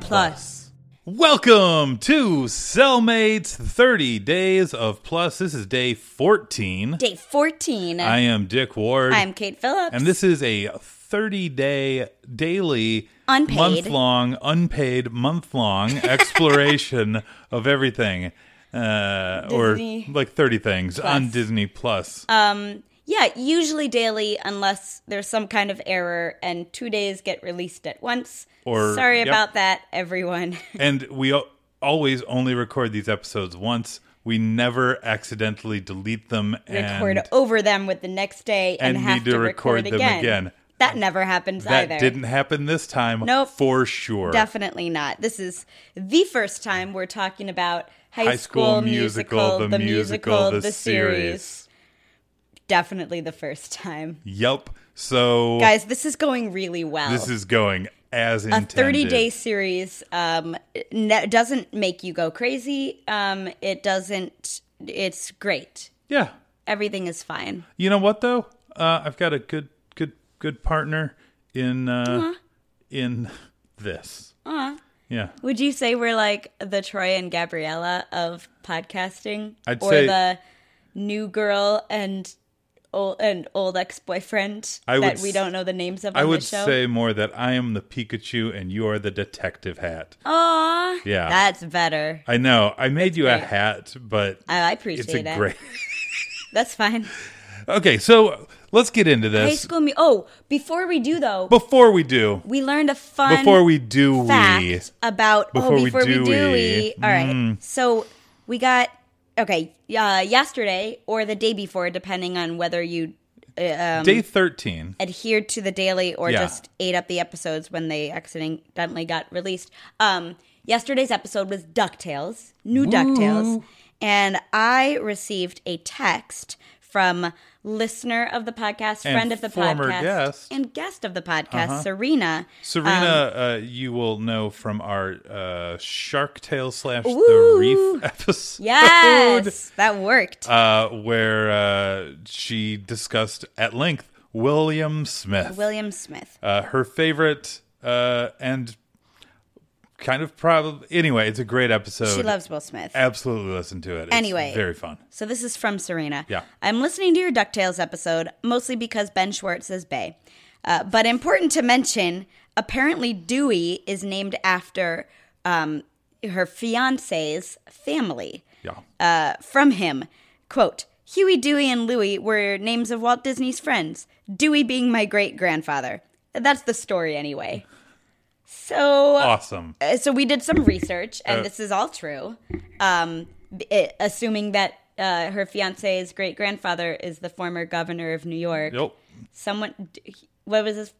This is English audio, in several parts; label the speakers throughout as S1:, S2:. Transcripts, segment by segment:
S1: Plus.
S2: Welcome to Cellmates 30 Days of Plus. This is day 14.
S1: Day 14.
S2: I am Dick Ward.
S1: I'm Kate Phillips.
S2: and this is a 30 day daily,
S1: Unpaid.
S2: month long, unpaid, month long exploration of everything. Uh, or
S1: Disney Uh,
S2: like 30 things on Disney Plus.
S1: yeah, usually daily unless there's some kind of error and two days get released at once.
S2: Or-
S1: Sorry
S2: yep.
S1: about that, everyone.
S2: and we al- always only record these episodes once. We never accidentally delete them and
S1: record over them with the next day and,
S2: and
S1: have
S2: need to record them again.
S1: That never happens
S2: That
S1: either.
S2: didn't happen this time.
S1: Nope.
S2: For sure.
S1: Definitely not. This is the first time we're talking about High,
S2: High School, Musical, the, musical, the, series.
S1: Definitely the first time.
S2: Yup. So
S1: Guys, this is going really well.
S2: this is going as
S1: a
S2: intended.
S1: 30 day series um, ne- doesn't make you go crazy. Um, it doesn't, it's great.
S2: Yeah.
S1: Everything is fine.
S2: You know what though? Uh, I've got a good, good, good partner in uh,
S1: Uh-huh.
S2: in this. Yeah.
S1: Would you say we're like the Troy and Gabriella of podcasting?
S2: I'd
S1: or
S2: say-
S1: the new girl and old, and old ex boyfriend
S2: I
S1: that
S2: would
S1: we
S2: s-
S1: don't know the names of
S2: I
S1: on
S2: would
S1: the show?
S2: say more that I am the Pikachu and you are the detective hat.
S1: Oh, Aw,
S2: Yeah.
S1: that's better.
S2: I know. I made you a
S1: great.
S2: hat, but
S1: I, I
S2: it's
S1: appreciate
S2: a
S1: it.
S2: great.
S1: That's fine.
S2: Okay, so let's get into
S1: High
S2: this.
S1: school. Mu- oh, before we do though,
S2: Before we do,
S1: we learned a fun
S2: before we do,
S1: fact
S2: we
S1: about oh
S2: Before we Mm.
S1: before we do,
S2: do
S1: we,
S2: we.
S1: all right so we got okay uh, yesterday or the day before depending on whether you um,
S2: day thirteen.
S1: adhered to the daily or
S2: Yeah.
S1: just ate up the episodes when they accidentally got released um, yesterday's episode was ducktales new ducktales and i received a text from listener of the podcast
S2: And
S1: friend of the
S2: former
S1: podcast
S2: guest. Uh-huh.
S1: and guest of the podcast serena
S2: Serena,
S1: um,
S2: uh, you will know from our uh, Shark Tale slash The
S1: Ooh.
S2: Reef episode,
S1: yes that worked
S2: uh, where uh, she discussed at length William Smith,
S1: William Smith.
S2: uh, her favorite, uh, and kind of probably. Anyway, it's a great episode.
S1: She loves Will Smith.
S2: Absolutely, listen to it. It's
S1: Anyway.
S2: very fun.
S1: So this is from Serena.
S2: Yeah.
S1: I'm listening to your DuckTales episode mostly because Ben Schwartz is Bay. Uh, but important to mention, apparently Dewey is named after um, her fiance's family
S2: Yeah,
S1: uh, from him. Quote, Huey, Dewey, and Louie were names of Walt Disney's friends, Dewey being my great grandfather. That's the story anyway. So
S2: awesome.
S1: Uh, so we did some research,
S2: Uh.
S1: and this is all true. Um, b- eh, assuming that uh, her fiance's great grandfather is the former governor of New York.
S2: Yep,
S1: Someone, d- what was this?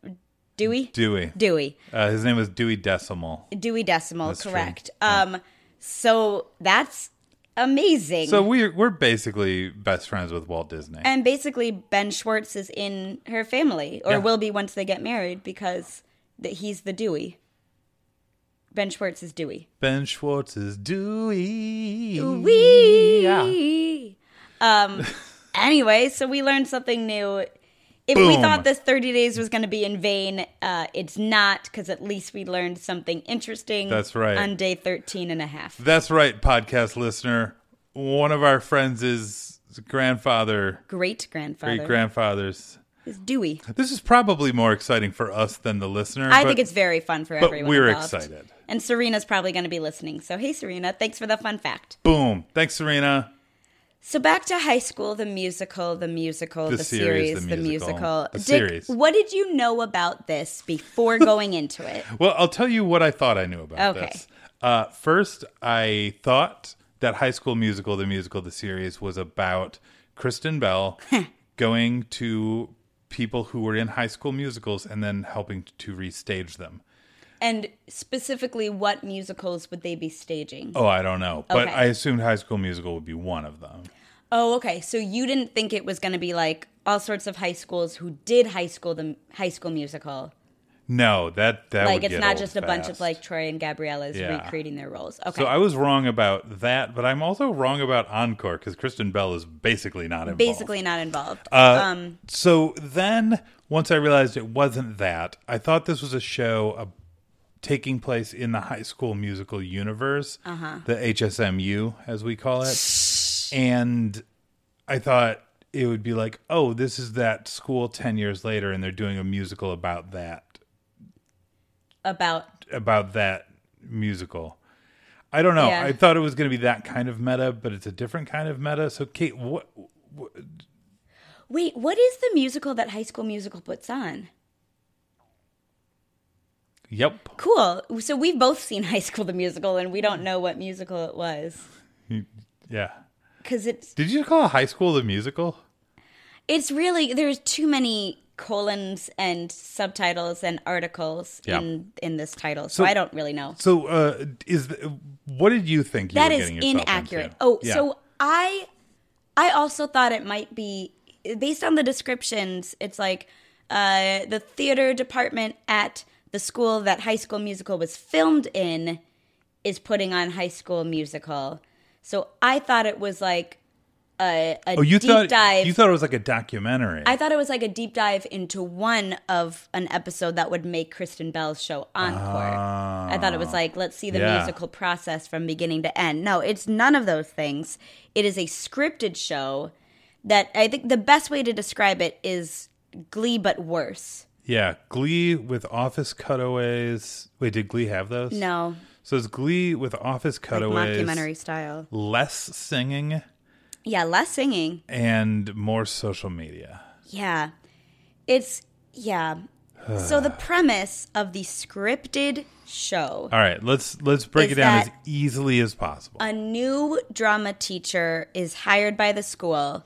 S1: Dewey.
S2: Dewey.
S1: Dewey.
S2: Uh, his name is Dewey Decimal.
S1: Dewey Decimal.
S2: true.
S1: correct. Um, so that's amazing.
S2: So we're we're basically best friends with Walt Disney.
S1: and basically, Ben Schwartz is in her family, or
S2: Yeah.
S1: will be once they get married, because th- he's the Dewey. Ben Schwartz is Dewey.
S2: Ben Schwartz is Dewey.
S1: Wee. Um. anyway, so we learned something new. If we
S2: Boom.
S1: thought this 30 days was going to be in vain, uh, it's not because at least we learned something interesting.
S2: That's right.
S1: On day 13 and a half.
S2: That's right, podcast listener. One of our friends is grandfather,
S1: Great grandfather.
S2: great grandfathers.
S1: is Dewey.
S2: This is probably more exciting for us than the listener.
S1: I
S2: but-
S1: think it's very fun for
S2: but
S1: everyone.
S2: we're
S1: involved.
S2: excited.
S1: And Serena's probably going to be listening. So, hey, Serena, thanks for the fun fact.
S2: boom. Thanks, Serena.
S1: So back to high school, the musical, the musical, the,
S2: The
S1: series,
S2: series,
S1: the
S2: the
S1: musical.
S2: musical, the
S1: Dick,
S2: series.
S1: what did you know about this before going into it?
S2: Well, I'll tell you what I thought I knew about
S1: Okay.
S2: this. Uh, first, I thought that High School Musical, the musical, the series, was about Kristen Bell going to people who were in high school musicals and then helping to restage them.
S1: And specifically, what musicals would they be staging?
S2: Oh, I don't know. But
S1: Okay.
S2: I assumed High School Musical would be one of them.
S1: Oh, okay. So you didn't think it was going to be like all sorts of high schools who did high school the high school musical.
S2: No, that that
S1: Like
S2: would
S1: it's
S2: get
S1: not
S2: old
S1: just a bunch of
S2: fast.
S1: like Troy and Gabriella's
S2: Yeah.
S1: recreating their roles. Okay.
S2: So I was wrong about that, but I'm also wrong about Encore because Kristen Bell is basically not involved.
S1: Basically not involved. Um,
S2: So then, once I realized it wasn't that, I thought this was a show uh, taking place in the high school musical universe, the HSMU, as we call it. And I thought it would be like, oh, this is that school 10 years later, and they're doing a musical about that
S1: about
S2: about that musical. I don't know.
S1: Yeah.
S2: I thought it was going to be that kind of meta, but it's a different kind of meta. So, Kate, what?
S1: wait, what is the musical that High School Musical puts on?
S2: Yep,
S1: Cool. So we've both seen High School the Musical, and we don't know what musical it was
S2: yeah.
S1: because it's
S2: Did you call High School the musical?
S1: it's really there's too many colons and subtitles and articles
S2: Yeah.
S1: in in this title, so,
S2: So-
S1: I don't really know.
S2: So, uh, is the, what did you think? You
S1: That
S2: were
S1: is
S2: getting yourself
S1: inaccurate.
S2: into?
S1: Oh,
S2: Yeah.
S1: so I I also thought it might be based on the descriptions. It's like uh, the theater department at the school that High School Musical was filmed in is putting on High School Musical. So I thought it was like a, a
S2: oh, you
S1: deep
S2: thought
S1: dive.
S2: you thought it was like a documentary.
S1: I thought it was like a deep dive into one of an episode that would make Kristen Bell's show encore. I thought it was like, let's see the
S2: Yeah.
S1: musical process from beginning to end. No, it's none of those things. It is a scripted show that I think the best way to describe it is Glee, but worse.
S2: yeah, Glee with office cutaways. Wait, did Glee have those?
S1: No,
S2: So it's Glee with office
S1: like
S2: cutaways,
S1: mockumentary style.
S2: less singing
S1: Yeah, less singing.
S2: and more social media.
S1: Yeah. It's, yeah. so the premise of the scripted show
S2: All right, let's let's break
S1: Is
S2: it down as
S1: that-
S2: easily as possible.
S1: a new drama teacher is hired by the school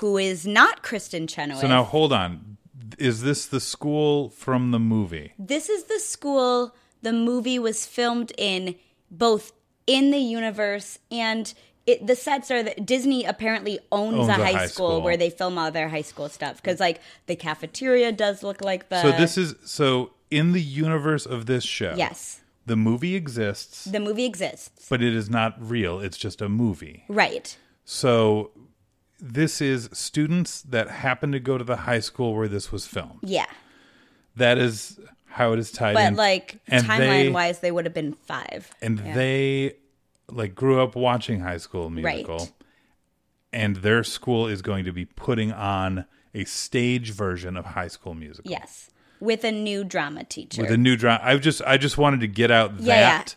S1: who is not Kristen Chenoweth.
S2: so now hold on. Is this the school from the movie?
S1: this is the school the movie was filmed in, both in the universe and it, the sets are that Disney apparently owns,
S2: Owns
S1: a high, school, where they film all their high school stuff because like the cafeteria does look like the
S2: So this is so in the universe of this show.
S1: yes
S2: The movie exists,
S1: the movie exists
S2: but it is not real. It's just a movie.
S1: right
S2: So this is students that happen to go to the high school where this was filmed.
S1: yeah
S2: That is how it is tied
S1: but
S2: in.
S1: like
S2: and
S1: timeline
S2: they-
S1: wise they would have been five
S2: and they like grew up watching High School Musical,
S1: Right.
S2: and their school is going to be putting on a stage version of High School Musical
S1: yes with a new drama teacher
S2: with a new drama. I just I just wanted to get out
S1: Yeah, yeah.
S2: that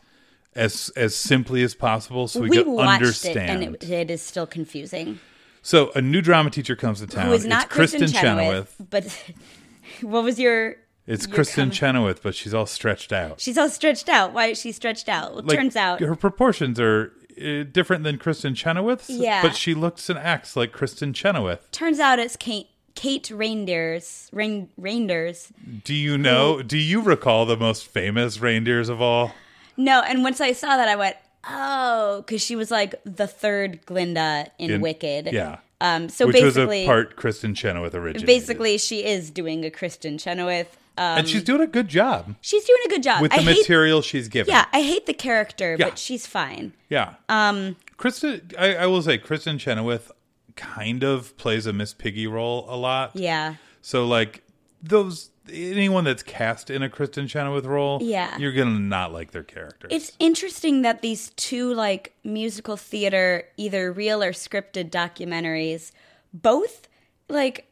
S2: as as simply as possible so we,
S1: we
S2: could
S1: watched
S2: understand.
S1: it and it, it is still confusing.
S2: so a new drama teacher comes to town.
S1: Who is not
S2: it's Kristen, Chenoweth.
S1: But what was your?
S2: It's
S1: your
S2: Kristen
S1: comment?
S2: Chenoweth, but she's all stretched out.
S1: She's all stretched out. Why is she stretched out? Well,
S2: Like,
S1: turns out,
S2: her proportions are uh, different than Kristen Chenoweth's.
S1: Yeah.
S2: but she looks and acts like Kristen Chenoweth.
S1: turns out it's Kate. Kate Reindeers, Rein, Reindeers.
S2: Do you know? Do you recall the most famous reindeers of all?
S1: No, and once I saw that, I went, oh, because she was like the third Glinda in,
S2: In-
S1: Wicked.
S2: Yeah,
S1: Um. So
S2: which was
S1: basically,
S2: a part Kristen Chenoweth originated.
S1: basically, she is doing a Kristen Chenoweth. Um,
S2: and she's doing a good job
S1: she's doing a good job.
S2: with
S1: I
S2: the
S1: hate,
S2: material she's given.
S1: Yeah, I hate the character,
S2: Yeah.
S1: but she's fine.
S2: yeah. Um, Kristen, I, I will say, Kristen Chenoweth kind of plays a Miss Piggy role a lot.
S1: Yeah.
S2: So like those anyone that's cast in a Kristen Chenoweth role,
S1: Yeah.
S2: you're gonna not like their characters.
S1: It's interesting that these two like musical theater, either real or scripted documentaries, both like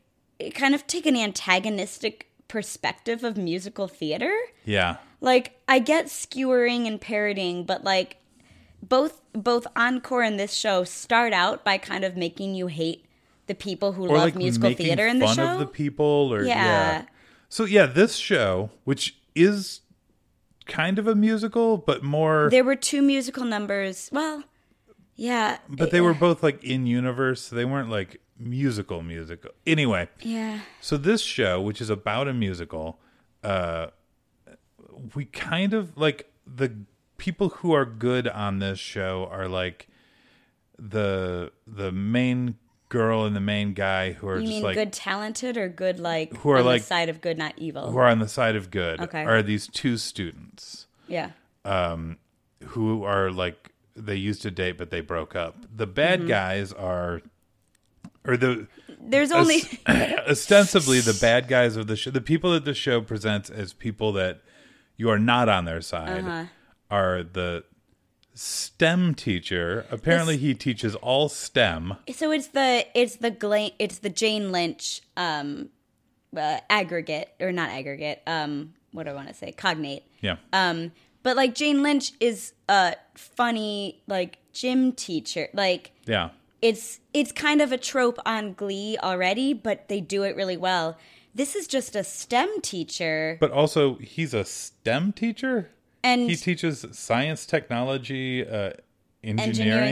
S1: kind of take an antagonistic perspective of musical theater.
S2: yeah.
S1: Like I get skewering and parodying, but like both both Encore and this show start out by kind of making you hate the people who
S2: or
S1: love
S2: like
S1: musical
S2: making
S1: theater in the
S2: fun
S1: show.
S2: of the people or yeah.
S1: Yeah.
S2: so yeah this show which is kind of a musical but more
S1: there were two musical numbers. Well, yeah,
S2: but they were both like in universe so they weren't like musical musical anyway
S1: yeah.
S2: so this show which is about a musical uh we kind of like the people who are good on this show are like the the main girl and the main guy who are
S1: You
S2: just
S1: mean
S2: like
S1: good talented or good like
S2: Who are,
S1: on
S2: like-
S1: the side of good not evil?
S2: who are on the side of good
S1: Okay.
S2: are these two students
S1: yeah.
S2: who are like they used to date but they broke up. The bad
S1: Mm-hmm.
S2: guys are or the
S1: There's only
S2: ostensibly the bad guys of the show the people that the show presents as people that you are not on their side are the STEM teacher. Apparently, he teaches all STEM.
S1: So it's the it's the Gla- it's the Jane Lynch um uh, aggregate or not aggregate um what do I want to say cognate.
S2: Yeah.
S1: Um but like Jane Lynch is a funny like gym teacher. Like
S2: yeah.
S1: it's it's kind of a trope on Glee already, but they do it really well. This is just a STEM teacher
S2: But also, he's a STEM teacher.
S1: and
S2: He teaches science, technology, uh, engineering,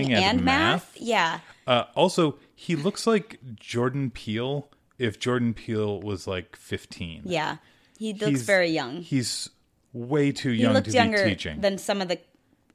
S1: engineering
S2: and, math.
S1: Yeah.
S2: Uh, also, he looks like Jordan Peele if Jordan Peele was like 15.
S1: Yeah. He looks
S2: He's-
S1: very young.
S2: He's way too
S1: He
S2: young
S1: looked
S2: to
S1: younger
S2: be teaching.
S1: than some of the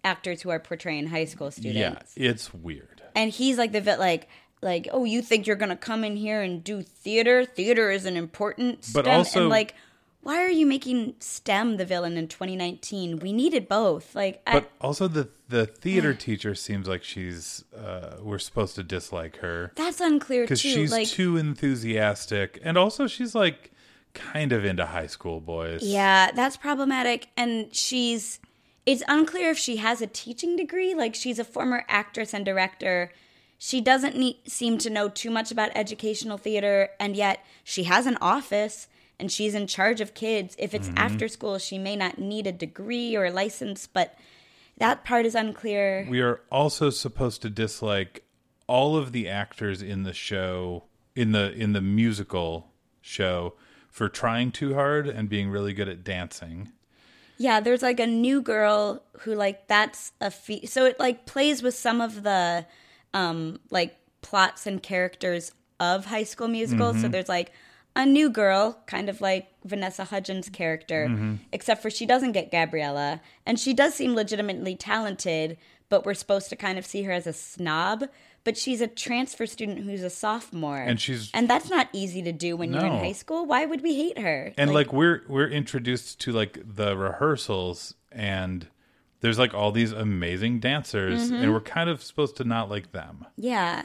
S1: actors who are portraying high school
S2: yeah,
S1: students.
S2: it's weird.
S1: And he's like the vet like like, oh, you think you're gonna come in here and do theater? Theater is an important STEM
S2: But also-
S1: and like why are you making STEM the villain in 2019? We needed both. Like, I,
S2: But also, the the theater teacher seems like she's uh, we're supposed to dislike her
S1: that's unclear too.
S2: because she's
S1: like,
S2: too enthusiastic, and also she's like kind of into high school boys.
S1: Yeah, that's problematic. And she's, it's unclear if she has a teaching degree. Like, she's a former actress and director. She doesn't need, seem to know too much about educational theater, and yet she has an office and she's in charge of kids. If it's after school, she may not need a degree or a license, but that part is unclear.
S2: We are also supposed to dislike all of the actors in the show in the in the musical show for trying too hard and being really good at dancing.
S1: Yeah, there's like a new girl who like that's a fe- so it like plays with some of the um like plots and characters of High School Musical.
S2: Mm-hmm.
S1: So there's like a new girl, kind of like Vanessa Hudgens' character,
S2: Mm-hmm.
S1: except for she doesn't get Gabriella, and she does seem legitimately talented, but we're supposed to kind of see her as a snob. But she's a transfer student who's a sophomore,
S2: And she's-
S1: and that's not easy to do when you're in
S2: No.
S1: high school. Why would we hate her?
S2: And like, we're we're introduced to like the rehearsals and there's like all these amazing dancers
S1: Mm-hmm.
S2: and we're kind of supposed to not like them.
S1: yeah,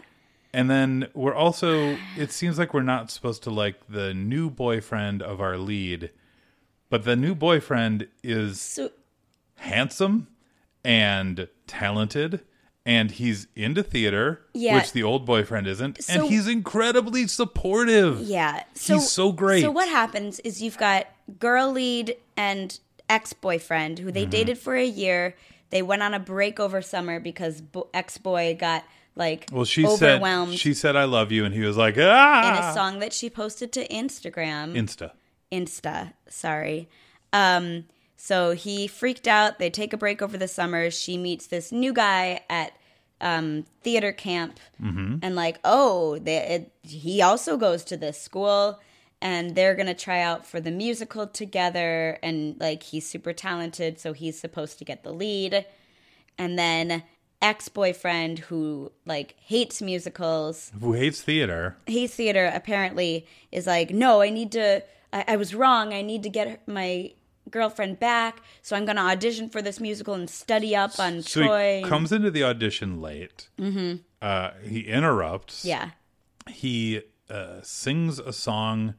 S2: And then we're also it seems like we're not supposed to like the new boyfriend of our lead. But the new boyfriend is
S1: so
S2: handsome and talented and he's into theater
S1: Yeah.
S2: which the old boyfriend isn't
S1: So-
S2: and he's incredibly supportive
S1: Yeah. So
S2: He's so great.
S1: So what happens is you've got girl lead and ex-boyfriend who they
S2: Mm-hmm.
S1: dated for a year. They went on a break over summer because bo- ex-boy got like
S2: well she
S1: overwhelmed
S2: said she said i love you and he was like
S1: in a
S2: ah
S1: song that she posted to Instagram.
S2: insta
S1: Insta, sorry. Um, so he freaked out. They take a break over the summer. She meets this new guy at um, theater camp, and like, oh, they, it, he also goes to this school, and they're gonna try out for the musical together. And like, he's super talented, so he's supposed to get the lead. And then ex-boyfriend who like hates musicals
S2: who hates theater
S1: Hayes Theater apparently is like, no, I need to, I, I was wrong. I need to get her- my girlfriend back. So I'm going to audition for this musical and study up on
S2: so
S1: Troy.
S2: he comes into the audition late mm-hmm. uh, he interrupts
S1: yeah.
S2: he uh, sings a song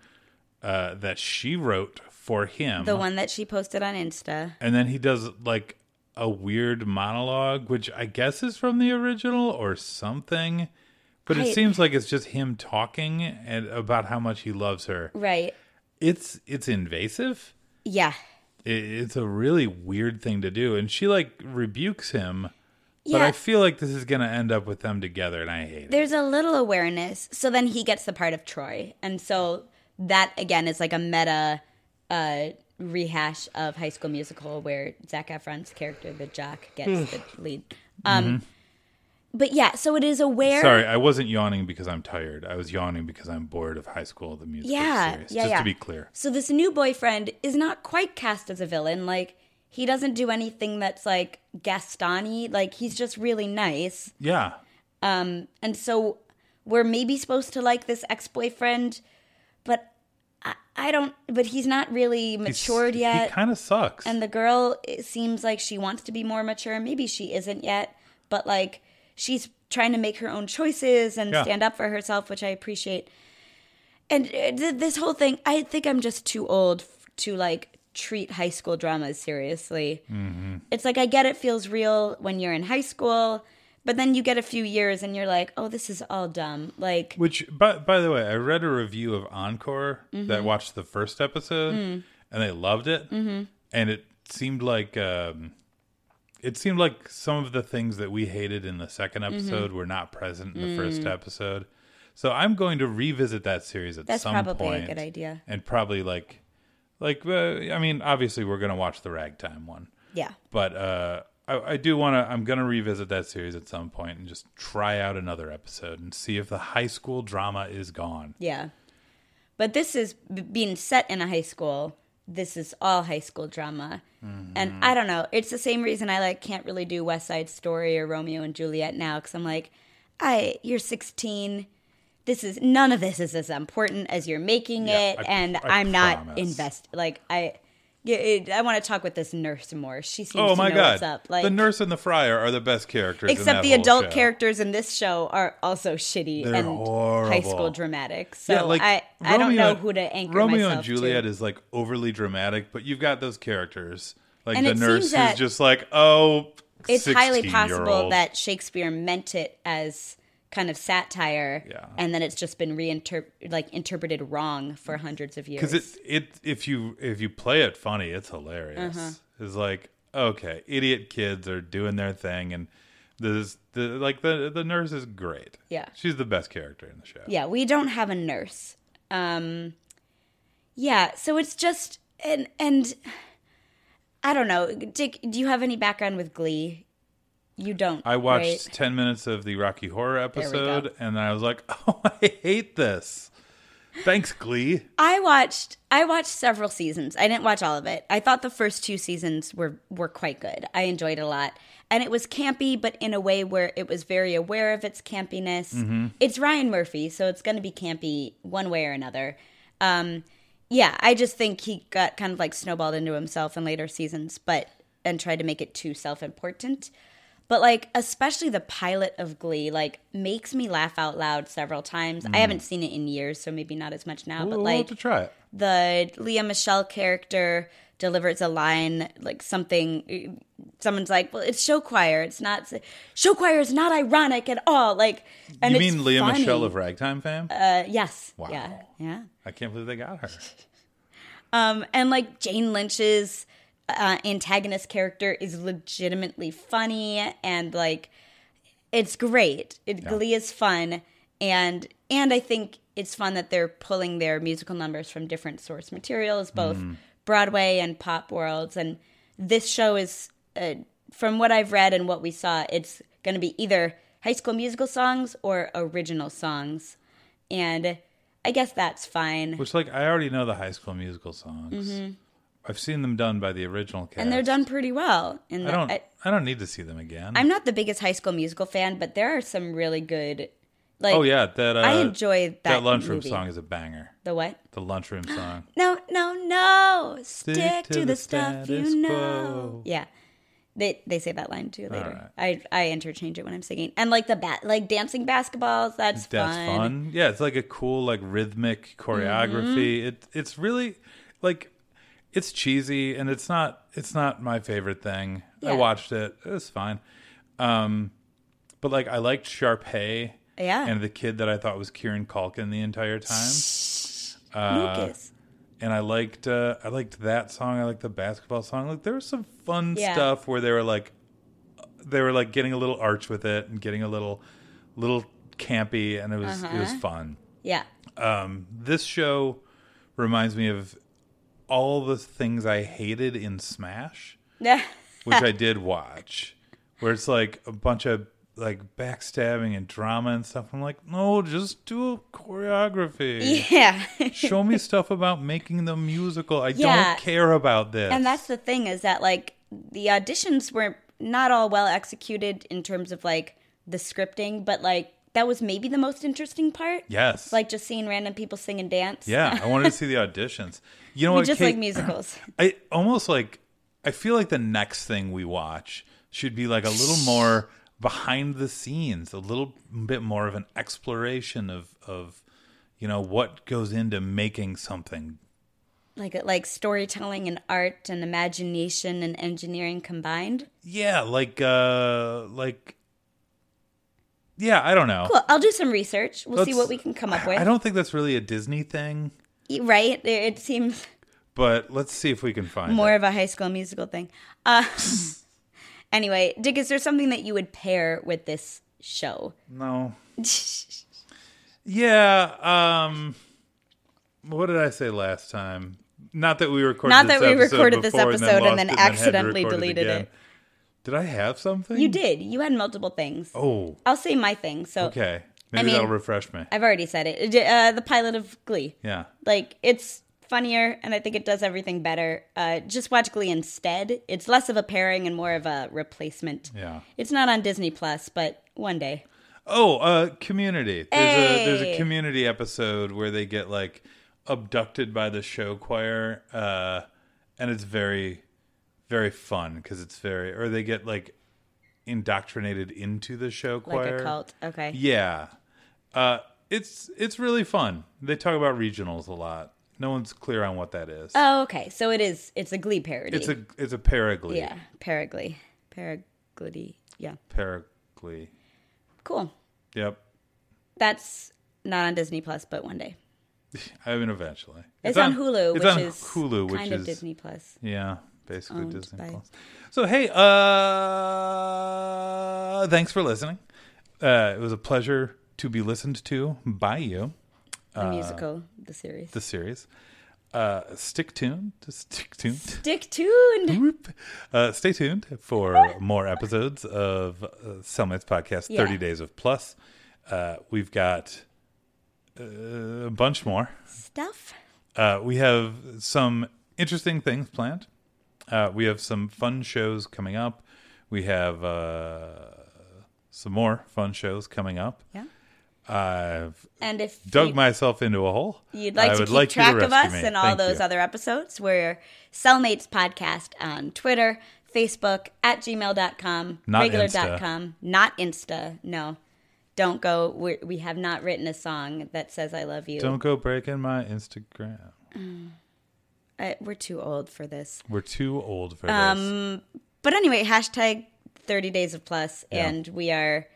S2: uh, that she wrote for him
S1: The one that she posted on Insta.
S2: and then he does like a weird monologue which i guess is from the original or something but
S1: I-
S2: it seems like it's just him talking and about how much he loves her
S1: Right.
S2: it's it's invasive
S1: Yeah.
S2: I it's a really weird thing to do and she like rebukes him but
S1: Yeah.
S2: i feel like this is gonna end up with them together and i hate it
S1: There's a little awareness. So then he gets the part of Troy. And so that, again, is like a meta uh, rehash of High School Musical where Zach Efron's character, the jock, gets
S2: Hmm.
S1: the lead. Um, But yeah, so it is aware.
S2: Mm-hmm. Sorry, I wasn't yawning because I'm tired. I was yawning because I'm bored of High School the Musical
S1: Yeah,
S2: series.
S1: yeah,
S2: just
S1: yeah.
S2: to be clear,
S1: So this new boyfriend is not quite cast as a villain. Like he doesn't do anything that's like Gastani. Like he's just really nice.
S2: yeah,
S1: Um, and so we're maybe supposed to like this ex-boyfriend, but I, I don't. But he's not really
S2: He's-
S1: matured
S2: He
S1: yet.
S2: kind of sucks.
S1: and the girl it seems like she wants to be more mature. Maybe she isn't yet, but like she's trying to make her own choices and
S2: Yeah.
S1: stand up for herself, which I appreciate. And uh, th- this whole thing, I think I'm just too old f- to like treat high school dramas seriously.
S2: Mm-hmm.
S1: It's like I get it feels real when you're in high school, but then you get a few years and you're like, oh, this is all dumb. Like,
S2: Which, by, by the way, I read a review of Encore
S1: Mm-hmm.
S2: that watched the first episode
S1: Mm.
S2: and they loved it. Mm-hmm. And it seemed like um, it seemed like some of the things that we hated in the second
S1: Mm-hmm.
S2: episode were not present in
S1: Mm.
S2: the first episode. So I'm going to revisit that series at
S1: That's
S2: some
S1: probably a
S2: point
S1: good idea.
S2: And probably like, like uh, I mean, obviously we're going to watch the Ragtime one
S1: yeah.
S2: but uh, I, I do want to. I'm going to revisit that series at some point and just try out another episode and see if the high school drama is gone.
S1: Yeah. But this is b- being set in a high school. This is all high school drama.
S2: Mm-hmm.
S1: And I don't know. It's the same reason I like can't really do West Side Story or Romeo and Juliet now cuz I'm like, "I you're 16. This is none of this is as important as you're making
S2: Yeah,
S1: it
S2: I-
S1: and
S2: I
S1: I am not
S2: promise.
S1: invest like I yeah, it, I want to talk with this nurse more. She seems
S2: Oh
S1: to
S2: my
S1: know
S2: god!
S1: what's up. Like
S2: the nurse and the friar are the best characters. in that
S1: except the
S2: whole
S1: adult
S2: show.
S1: characters in this show are also shitty
S2: They're
S1: and high
S2: horrible.
S1: school dramatic. So
S2: yeah, like
S1: I, I don't
S2: Romeo-
S1: know who to anchor
S2: Romeo
S1: myself
S2: and Juliet
S1: to.
S2: is like overly dramatic, but you've got those characters like
S1: And
S2: the
S1: it
S2: nurse
S1: seems
S2: who's
S1: that-
S2: just like, oh,
S1: It's highly
S2: 16-year-old.
S1: possible that Shakespeare meant it as kind of satire,
S2: Yeah.
S1: and then it's just been reinter like interpreted wrong for hundreds of years.
S2: because it it if you if you play it funny, it's hilarious.
S1: Uh-huh.
S2: It's like okay, idiot kids are doing their thing, and this the like the the nurse is great.
S1: Yeah.
S2: she's the best character in the show.
S1: Yeah, we don't have a nurse. Um Yeah, so it's just and and I don't know. Dick, do you have any background with Glee? You don't.
S2: I watched
S1: right?
S2: ten minutes of the Rocky Horror
S1: we go.
S2: episode, and then I was like, oh, I hate this. Thanks, Glee.
S1: I watched I watched several seasons. I didn't watch all of it. I thought the first two seasons were were quite good. I enjoyed it a lot. And it was campy but in a way where it was very aware of its campiness. It's Ryan Murphy, so it's going to be campy one way or another. Um yeah, I just think he got kind of like snowballed into himself in later seasons, but and tried to make it too self-important. But like especially the pilot of Glee like makes me laugh out loud several times. I haven't seen it in years, so maybe not as much now, but
S2: we'll we'll have
S1: like
S2: to try it.
S1: the Leah Michelle character delivers a line like something someone's like well it's show choir it's not show choir is not ironic at all like and
S2: You
S1: it's
S2: mean Leah
S1: funny.
S2: Michelle of Ragtime fame?
S1: uh, yes
S2: Wow.
S1: yeah yeah
S2: I can't believe they got her.
S1: um and like Jane Lynch's uh, antagonist character is legitimately funny and like it's great it glee is fun and and I think it's fun that they're pulling their musical numbers from different source materials both
S2: Mm-hmm.
S1: Broadway and pop worlds and this show is uh, from what I've read and what we saw it's going to be either high school musical songs or original songs and I guess that's fine
S2: Which, like, I already know the High School Musical songs. I've seen them done by the original cast.
S1: Mm-hmm. and they're done pretty well. uh, And
S2: I don't. I,
S1: I,
S2: don't need to see them again.
S1: am not the biggest High School Musical fan, but there are some really good. Like,
S2: oh yeah, that uh,
S1: I enjoy that,
S2: that lunchroom
S1: movie.
S2: song is a banger.
S1: The what?
S2: The lunchroom song.
S1: No, no, no! Stick, to, the, stuff
S2: status
S1: you
S2: quo.
S1: know. Yeah, they they say that line too later. I I interchange it when I'm singing, and like the bat, like dancing basketballs. That's,
S2: That's fun. Yeah, it's like a cool like rhythmic choreography.
S1: Mm-hmm.
S2: It it's really like it's cheesy and it's not it's not my favorite thing. I
S1: Yeah.
S2: watched it. It was fine. Um but like I liked Sharpay
S1: Yeah.
S2: and the kid that I thought was Kieran Culkin the entire time. uh,
S1: Lucas.
S2: and I liked uh, I liked that song. I liked the basketball song. Like there was some fun
S1: Yeah.
S2: stuff where they were like uh, they were like getting a little arch with it and getting a little little campy, and it was it
S1: Uh-huh.
S2: was fun.
S1: Yeah,
S2: This show reminds me of all the things I hated in Smash,
S1: yeah,
S2: which I did watch, where it's like a bunch of like backstabbing and drama and stuff. I'm like, no, just do choreography
S1: yeah.
S2: show me stuff about making the musical. I
S1: Yeah.
S2: don't care about this.
S1: And that's the thing is that like the auditions were not all well executed in terms of like the scripting, but like that was maybe the most interesting part.
S2: yes,
S1: Like just seeing random people sing and dance.
S2: yeah. I wanted to see the auditions. You know
S1: We
S2: what?
S1: just
S2: Kate?
S1: like musicals.
S2: I almost like. I feel like the next thing we watch should be like a little more behind the scenes, a little bit more of an exploration of of you know what goes into making something
S1: like like storytelling and art and imagination and engineering combined.
S2: Yeah, like uh like Yeah, I don't know.
S1: Cool. I'll do some research. We'll see
S2: Let's-
S1: what we can come up with.
S2: I don't think that's really a Disney thing,
S1: right? It it seems
S2: but let's see if we can find
S1: more
S2: it.
S1: of a High School Musical thing. Uh, anyway, Dick, is there something that you would pair with this show?
S2: No. Yeah, um what did I say last time? Not that we recorded
S1: Not
S2: this
S1: that we
S2: episode
S1: recorded this
S2: before
S1: episode and
S2: lost
S1: then
S2: it had to
S1: accidentally
S2: record
S1: deleted
S2: again.
S1: it.
S2: Did I have something?
S1: You did. You had multiple things.
S2: Oh,
S1: I'll say my thing. So
S2: okay. Maybe that'll
S1: mean-
S2: refresh me.
S1: I've already said it. Uh, the pilot of Glee.
S2: yeah.
S1: Like it's funnier, and I think it does everything better. Uh, just watch Glee instead. It's less of a pairing and more of a replacement.
S2: Yeah.
S1: It's not on Disney Plus, but one day.
S2: Oh, uh, community. There's a there's
S1: Hey.
S2: a community episode where they get like abducted by the show choir, uh, and it's very, very fun because it's very or they get like indoctrinated into the show
S1: Like
S2: choir.
S1: a cult. Okay.
S2: Yeah, uh, it's it's really fun. They talk about regionals a lot. No one's clear on what that is.
S1: Oh, okay. So it is. It's a Glee parody.
S2: it's a it's a paraglee.
S1: yeah. Paraglee. Paraglee. Yeah.
S2: Paraglee.
S1: Cool.
S2: Yep.
S1: That's not on Disney Plus, but one day.
S2: I mean, eventually.
S1: It's, on, Hulu,
S2: It's
S1: which
S2: on
S1: is
S2: Hulu, which
S1: kind
S2: is
S1: of Disney Plus.
S2: Yeah, basically
S1: owned
S2: Disney
S1: by-
S2: Plus. So hey, uh thanks for listening. Uh it was a pleasure to be listened to by you, Uh,
S1: The musical, the series.
S2: the series. Uh stick tuned. Stick tuned.
S1: Stick tuned.
S2: Whoop. Uh, stay tuned for more episodes of uh, Cellmates Podcast
S1: Yeah.
S2: 30 Days of Plus. Uh, we've got uh, a bunch more.
S1: Stuff.
S2: Uh, we have some interesting things planned. Uh, we have some fun shows coming up. We have uh, some more fun shows coming up.
S1: Yeah.
S2: I've
S1: And if
S2: dug
S1: you,
S2: myself into a hole.
S1: would like
S2: I
S1: to
S2: would
S1: keep
S2: like you
S1: track of
S2: rescue
S1: us
S2: me.
S1: and all
S2: Thank
S1: those
S2: you.
S1: other episodes, we're Cellmates Podcast on Twitter, Facebook, at gmail.com,
S2: Not
S1: regular.com, not Insta. No, don't go. we we have not written a song that says I love you.
S2: Don't go breaking my Instagram.
S1: I, we're too old for this.
S2: We're too old for
S1: Um,
S2: this.
S1: But anyway, hashtag 30 days of plus,
S2: Yeah.
S1: and we are.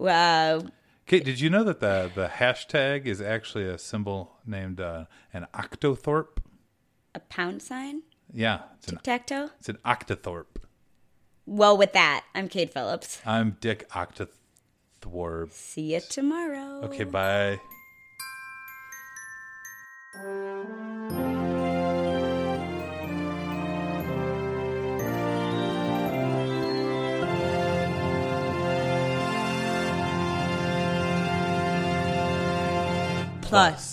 S1: Uh,
S2: Kate, did you know that the, the hashtag is actually a symbol named uh, an octothorpe?
S1: a pound sign,
S2: Yeah, it's an,
S1: tic toe.
S2: it's an octothorpe.
S1: Well, with that, I'm Kate Phillips.
S2: I'm Dick Octothorpe.
S1: See you tomorrow.
S2: Okay, bye.
S1: Plus.